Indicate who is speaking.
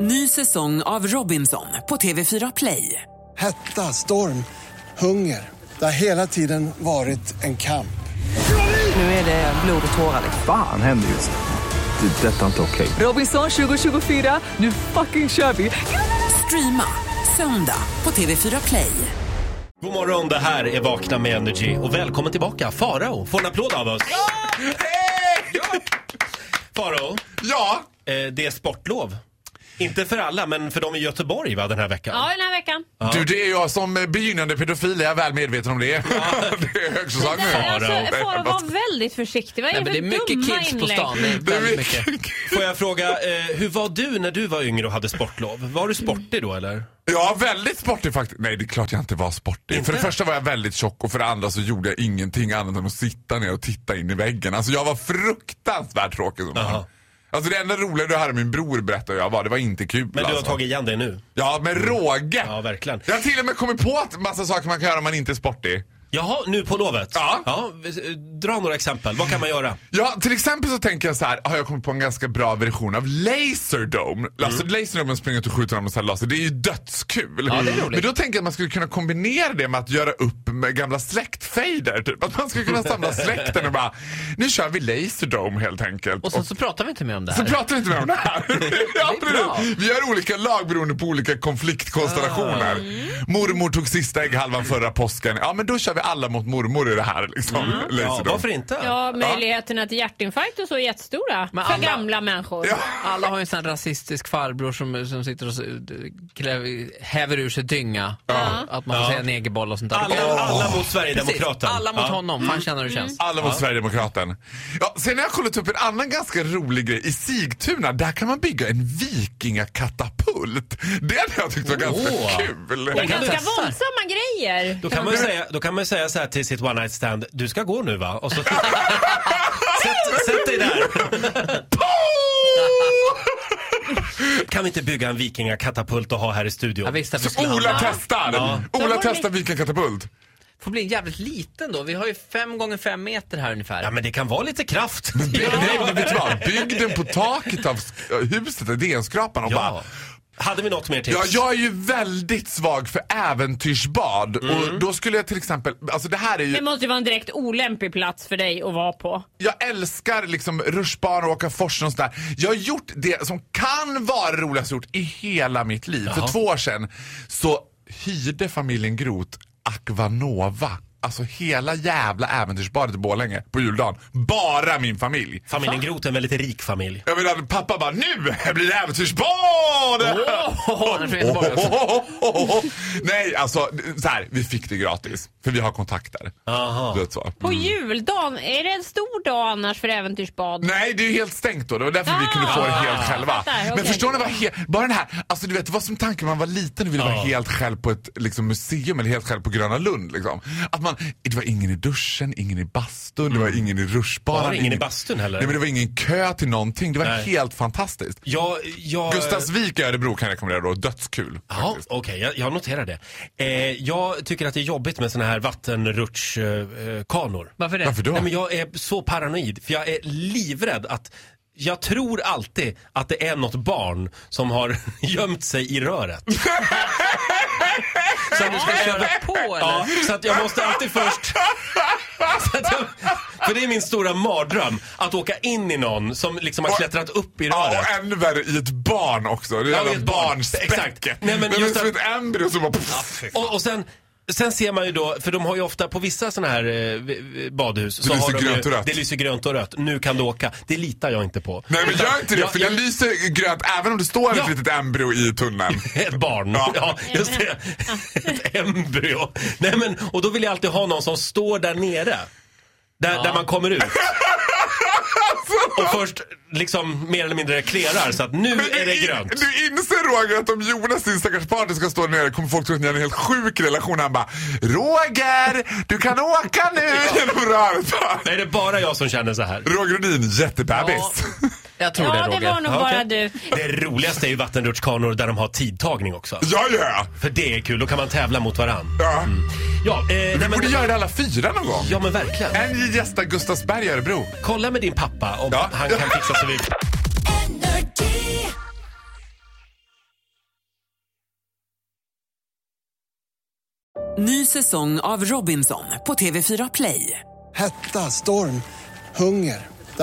Speaker 1: Ny säsong av Robinson på TV4 Play.
Speaker 2: Hetta, storm, hunger. Det har hela tiden varit en kamp.
Speaker 1: Nu är det blod och tårar.
Speaker 3: Fan händer just nu. Det. är Detta är inte okej.
Speaker 1: Robinson 2024, nu fucking kör vi! Streama söndag på TV4 Play.
Speaker 4: God morgon, det här är Vakna med Energy och välkommen tillbaka Farao. Får en applåd av oss. Farao,
Speaker 5: Ja,
Speaker 4: eh, det är sportlov. Inte för alla, men för dem i Göteborg va, den här veckan.
Speaker 6: Ja, den här veckan.
Speaker 5: du det är jag som eh, begynnande pedofil, jag är väl medveten om det. det är högsäsong nu.
Speaker 6: Där, alltså,
Speaker 5: Nej,
Speaker 6: Farao
Speaker 5: vad-
Speaker 6: var väldigt försiktig. Vad är
Speaker 7: Nej,
Speaker 6: det
Speaker 7: men det
Speaker 6: för
Speaker 7: är mycket
Speaker 6: dumma
Speaker 7: kids på
Speaker 6: inlägg?
Speaker 7: stan. Det är
Speaker 5: Det är
Speaker 7: väldigt mycket.
Speaker 4: Får jag fråga, eh, hur var du när du var yngre och hade sportlov? Var du sportig då eller?
Speaker 5: Ja, väldigt sportig faktiskt. Nej, det är klart jag inte var sportig. För det första var jag väldigt tjock och för det andra så gjorde jag ingenting annat än att sitta ner och titta in i väggen. Alltså jag var fruktansvärt tråkig som
Speaker 4: Jaha.
Speaker 5: barn. Alltså det enda roliga du hörde min bror berätta hur jag var, det var inte kul
Speaker 4: Men du har
Speaker 5: alltså.
Speaker 4: tagit igen det nu.
Speaker 5: Ja, med råge!
Speaker 4: Ja, verkligen.
Speaker 5: Jag har till och med kommit på att massa saker man kan göra om man inte är sportig.
Speaker 4: Jaha, nu på lovet?
Speaker 5: Ja.
Speaker 4: eh, Dra några exempel, vad kan man göra?
Speaker 5: Ja, till exempel så tänker jag så här, har jag kommit på en ganska bra version av Laserdome. Alltså Laserdome springer ut och skjuter dem med sån här laser, det är ju dödskul.
Speaker 7: Mm. Ja, det är roligt.
Speaker 5: Men då tänker jag att man skulle kunna kombinera det med att göra upp med gamla släktfejder. Typ. Att man skulle kunna samla släkten och bara, nu kör vi Laserdome helt enkelt.
Speaker 7: Och sen så pratar vi inte mer om det
Speaker 5: Så
Speaker 7: här.
Speaker 5: pratar vi inte mer om det här. ja, precis. vi gör olika lag beroende på olika konfliktkonstellationer.
Speaker 7: Mm.
Speaker 5: Mormor tog sista ägghalvan förra påsken. Ja, men då kör vi alla mot mormor i det här. Liksom.
Speaker 7: Mm.
Speaker 5: Laserdome.
Speaker 4: Ja, varför inte?
Speaker 6: Ja, möjligheterna till hjärtinfarkt och så är jättestora.
Speaker 7: Men
Speaker 6: för
Speaker 7: alla-
Speaker 6: gamla människor.
Speaker 7: Alla har ju en sån här rasistisk farbror som, som sitter och så- klä- häver ur sig dynga. Att man får säga negerboll och sånt där.
Speaker 4: Alla, alla mot
Speaker 7: Precis,
Speaker 4: Sverigedemokraten.
Speaker 7: alla mot
Speaker 4: Ja.
Speaker 7: honom. Fan känner hur det känns.
Speaker 5: Alla mot Sverigedemokraten. Ja, sen har jag kollat upp en annan ganska rolig grej. I Sigtuna, där kan man bygga en vikingakatapult. Det hade jag tyckt var
Speaker 4: Åh.
Speaker 5: ganska kul.
Speaker 4: Det kan
Speaker 6: Ganska
Speaker 4: du-
Speaker 6: våldsamma grejer. Mm.
Speaker 4: Då kan, man ju säga, då kan man ju säga så här till sitt one night stand, du ska gå nu va? Och så sätt, sätt dig där. Kan vi inte bygga en vikingakatapult och ha här i
Speaker 7: Jag
Speaker 4: studion?
Speaker 7: visste att vi skulle
Speaker 5: Ola
Speaker 7: hamna här.
Speaker 5: testar!
Speaker 6: Då
Speaker 5: Ola
Speaker 6: var det-
Speaker 5: testar vikingakatapult.
Speaker 7: får bli jävligt liten då. Vi har ju fem gånger fem meter här ungefär.
Speaker 4: Ja men det kan vara lite kraft.
Speaker 5: Ja. Nej, men vet du vad? Bygg den på taket av sk- huset, där DN-skrapan och bara
Speaker 4: Ja. Hade vi något mer tips?
Speaker 5: Ja, jag är ju väldigt svag för äventyrsbad och
Speaker 4: Mm.
Speaker 5: då skulle jag till exempel, alltså det här är ju
Speaker 6: Det måste ju vara en direkt olämplig plats för dig att vara på.
Speaker 5: Jag älskar liksom rutschbanor och åka forsen och sådär. Jag har gjort det som kan vara det roligaste jag gjort i hela mitt liv. För två år sedan så hyrde familjen Groth Aquanova. Alltså hela jävla äventyrsbadet i Borlänge på juldagen. Bara min familj.
Speaker 4: Familjen Groth är en väldigt rik familj.
Speaker 5: Jag menar, pappa bara nu blir det äventyrsbad!
Speaker 7: Åh, han är från Göteborg också.
Speaker 5: Nej, alltså så här, vi fick det gratis. För vi har kontakter.
Speaker 4: Aha.
Speaker 5: Du vet så.
Speaker 7: Mm.
Speaker 6: På juldagen, är det en stor dag annars för äventyrsbad?
Speaker 5: Nej, det är ju helt stängt då. Det var därför vi
Speaker 6: Ah,
Speaker 5: kunde få det helt
Speaker 6: jag
Speaker 5: själva.
Speaker 6: fattar.
Speaker 5: Men
Speaker 6: Okej.
Speaker 5: förstår ni vad he- bara den här, alltså du vet vad som tanken man var liten och ville vara
Speaker 4: Ja.
Speaker 5: helt själv på ett liksom, museum eller helt själv på Gröna Lund liksom. Att man, det var ingen i duschen, ingen i bastun, det var ingen i rutschbanan.
Speaker 4: Var det Mm. ingen i bastun heller?
Speaker 5: Nej men det var ingen kö till någonting. Det var
Speaker 4: Nej.
Speaker 5: helt fantastiskt.
Speaker 4: Jag, jag...
Speaker 5: Gustavsvik i Örebro kan jag rekommendera då, dödskul.
Speaker 4: Ja, okej, jag, jag noterar det. Eh, jag tycker att det är jobbigt med såna här vattenrutschkanor. Eh, kanor.
Speaker 7: Varför det?
Speaker 5: Varför då?
Speaker 4: Nej, men jag är så paranoid, för jag är livrädd att jag tror alltid att det är något barn som har gömt sig i röret.
Speaker 7: Så att du ska köra på eller?
Speaker 4: Ja, så att jag måste alltid först... Så att jag, för det är min stora mardröm, att åka in i någon som liksom har klättrat upp i
Speaker 5: Ja,
Speaker 4: röret.
Speaker 5: och ännu värre i ett barn också. Det
Speaker 4: Ja,
Speaker 5: jävla
Speaker 4: i ett barn. Exakt.
Speaker 5: barnspäcket.
Speaker 4: Nej,
Speaker 5: Nej,
Speaker 4: men
Speaker 5: men
Speaker 4: just
Speaker 5: som
Speaker 4: att-
Speaker 5: ett embryo som bara...
Speaker 4: Och, och sen, sen ser man ju då, för de har ju ofta på vissa sådana här eh, v- v- badhus. så
Speaker 5: lyser
Speaker 4: har de ju-
Speaker 5: grönt och rött.
Speaker 4: Det lyser grönt och rött. Nu kan du åka. Det litar jag inte på.
Speaker 5: Nej men
Speaker 4: Utan
Speaker 5: gör inte det
Speaker 4: jag-
Speaker 5: för
Speaker 4: jag-
Speaker 5: den lyser grönt även om det står
Speaker 4: Ja.
Speaker 5: ett litet embryo i tunneln.
Speaker 4: Ett barn. Ja.
Speaker 5: Ja.
Speaker 4: just det. Ett embryo. Nej, men, och då vill jag alltid ha någon som står där nere. Där, där man kommer ut. Och först liksom mer eller mindre klerar så att nu är det
Speaker 5: in-
Speaker 4: grönt.
Speaker 5: du inser Roger att om Jonas, din stackars partner, ska stå nere kommer folk tro att ni har en helt sjuk relation. Han bara Roger, du kan åka nu genom röret.
Speaker 4: Nej, det är bara jag som känner så här.
Speaker 5: Roger Rhodin, jättebebis.
Speaker 7: Jag tror
Speaker 6: Ja,
Speaker 7: det Roger.
Speaker 6: det var nog
Speaker 4: Ja,
Speaker 6: bara
Speaker 4: okej.
Speaker 6: du.
Speaker 4: Det roligaste är ju vattenrutschkanor där de har tidtagning också.
Speaker 5: Ja, ja.
Speaker 4: För det är kul, då kan man tävla mot varann.
Speaker 5: ja.
Speaker 4: Ja, eh, nej,
Speaker 5: Vi borde
Speaker 4: men,
Speaker 5: göra det alla fyra någon gång.
Speaker 4: ja men verkligen.
Speaker 5: En gästar Gustavsberg i Örebro.
Speaker 4: Kolla med din pappa om
Speaker 5: Ja.
Speaker 4: han kan fixa så vi...
Speaker 1: Ny säsong av Robinson på TV4 Play.
Speaker 2: Hetta, storm, hunger. Det